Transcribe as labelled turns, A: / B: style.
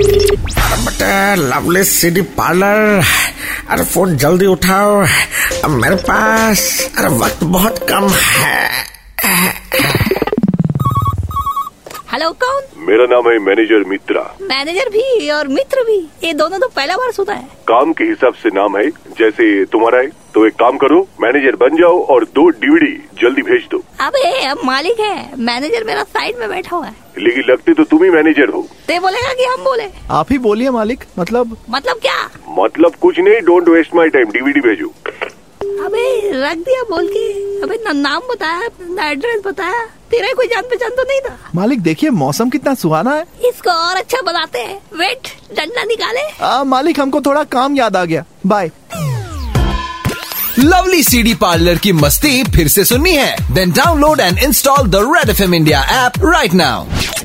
A: but lovely city parlour अरे phone जल्दी उठाओ अब मेरे पास अरे वक्त बहुत कम है
B: हेलो कौन
C: मेरा नाम है मैनेजर मित्रा
B: मैनेजर भी और मित्र भी ये दोनों तो पहला बार सुना है
C: काम के हिसाब से नाम है जैसे तुम्हारा है तो एक काम करो मैनेजर बन जाओ और दो डीवीडी जल्दी भेज दो
B: अबे अब मालिक है मैनेजर मेरा साइड में बैठा हुआ है
C: लेकिन लगते तो तुम ही मैनेजर हो
B: तो ये बोलेगा कि हम बोले
D: आप ही बोलिए मालिक मतलब
B: मतलब क्या
C: मतलब कुछ नहीं don't waste my time DVD भेजो
B: अबे रख दिया बोल के अबे ना नाम बताया ना एड्रेस बताया तेरा कोई जान पहचान तो नहीं था
D: मालिक देखिए मौसम कितना सुहाना है
B: इसको और अच्छा बनाते हैं वेट डंडा निकाले
D: आ, मालिक हमको थोड़ा काम याद आ गया बाय
E: लवली सीडी पार्लर की मस्ती फिर से सुननी है then download and install the red F India app right now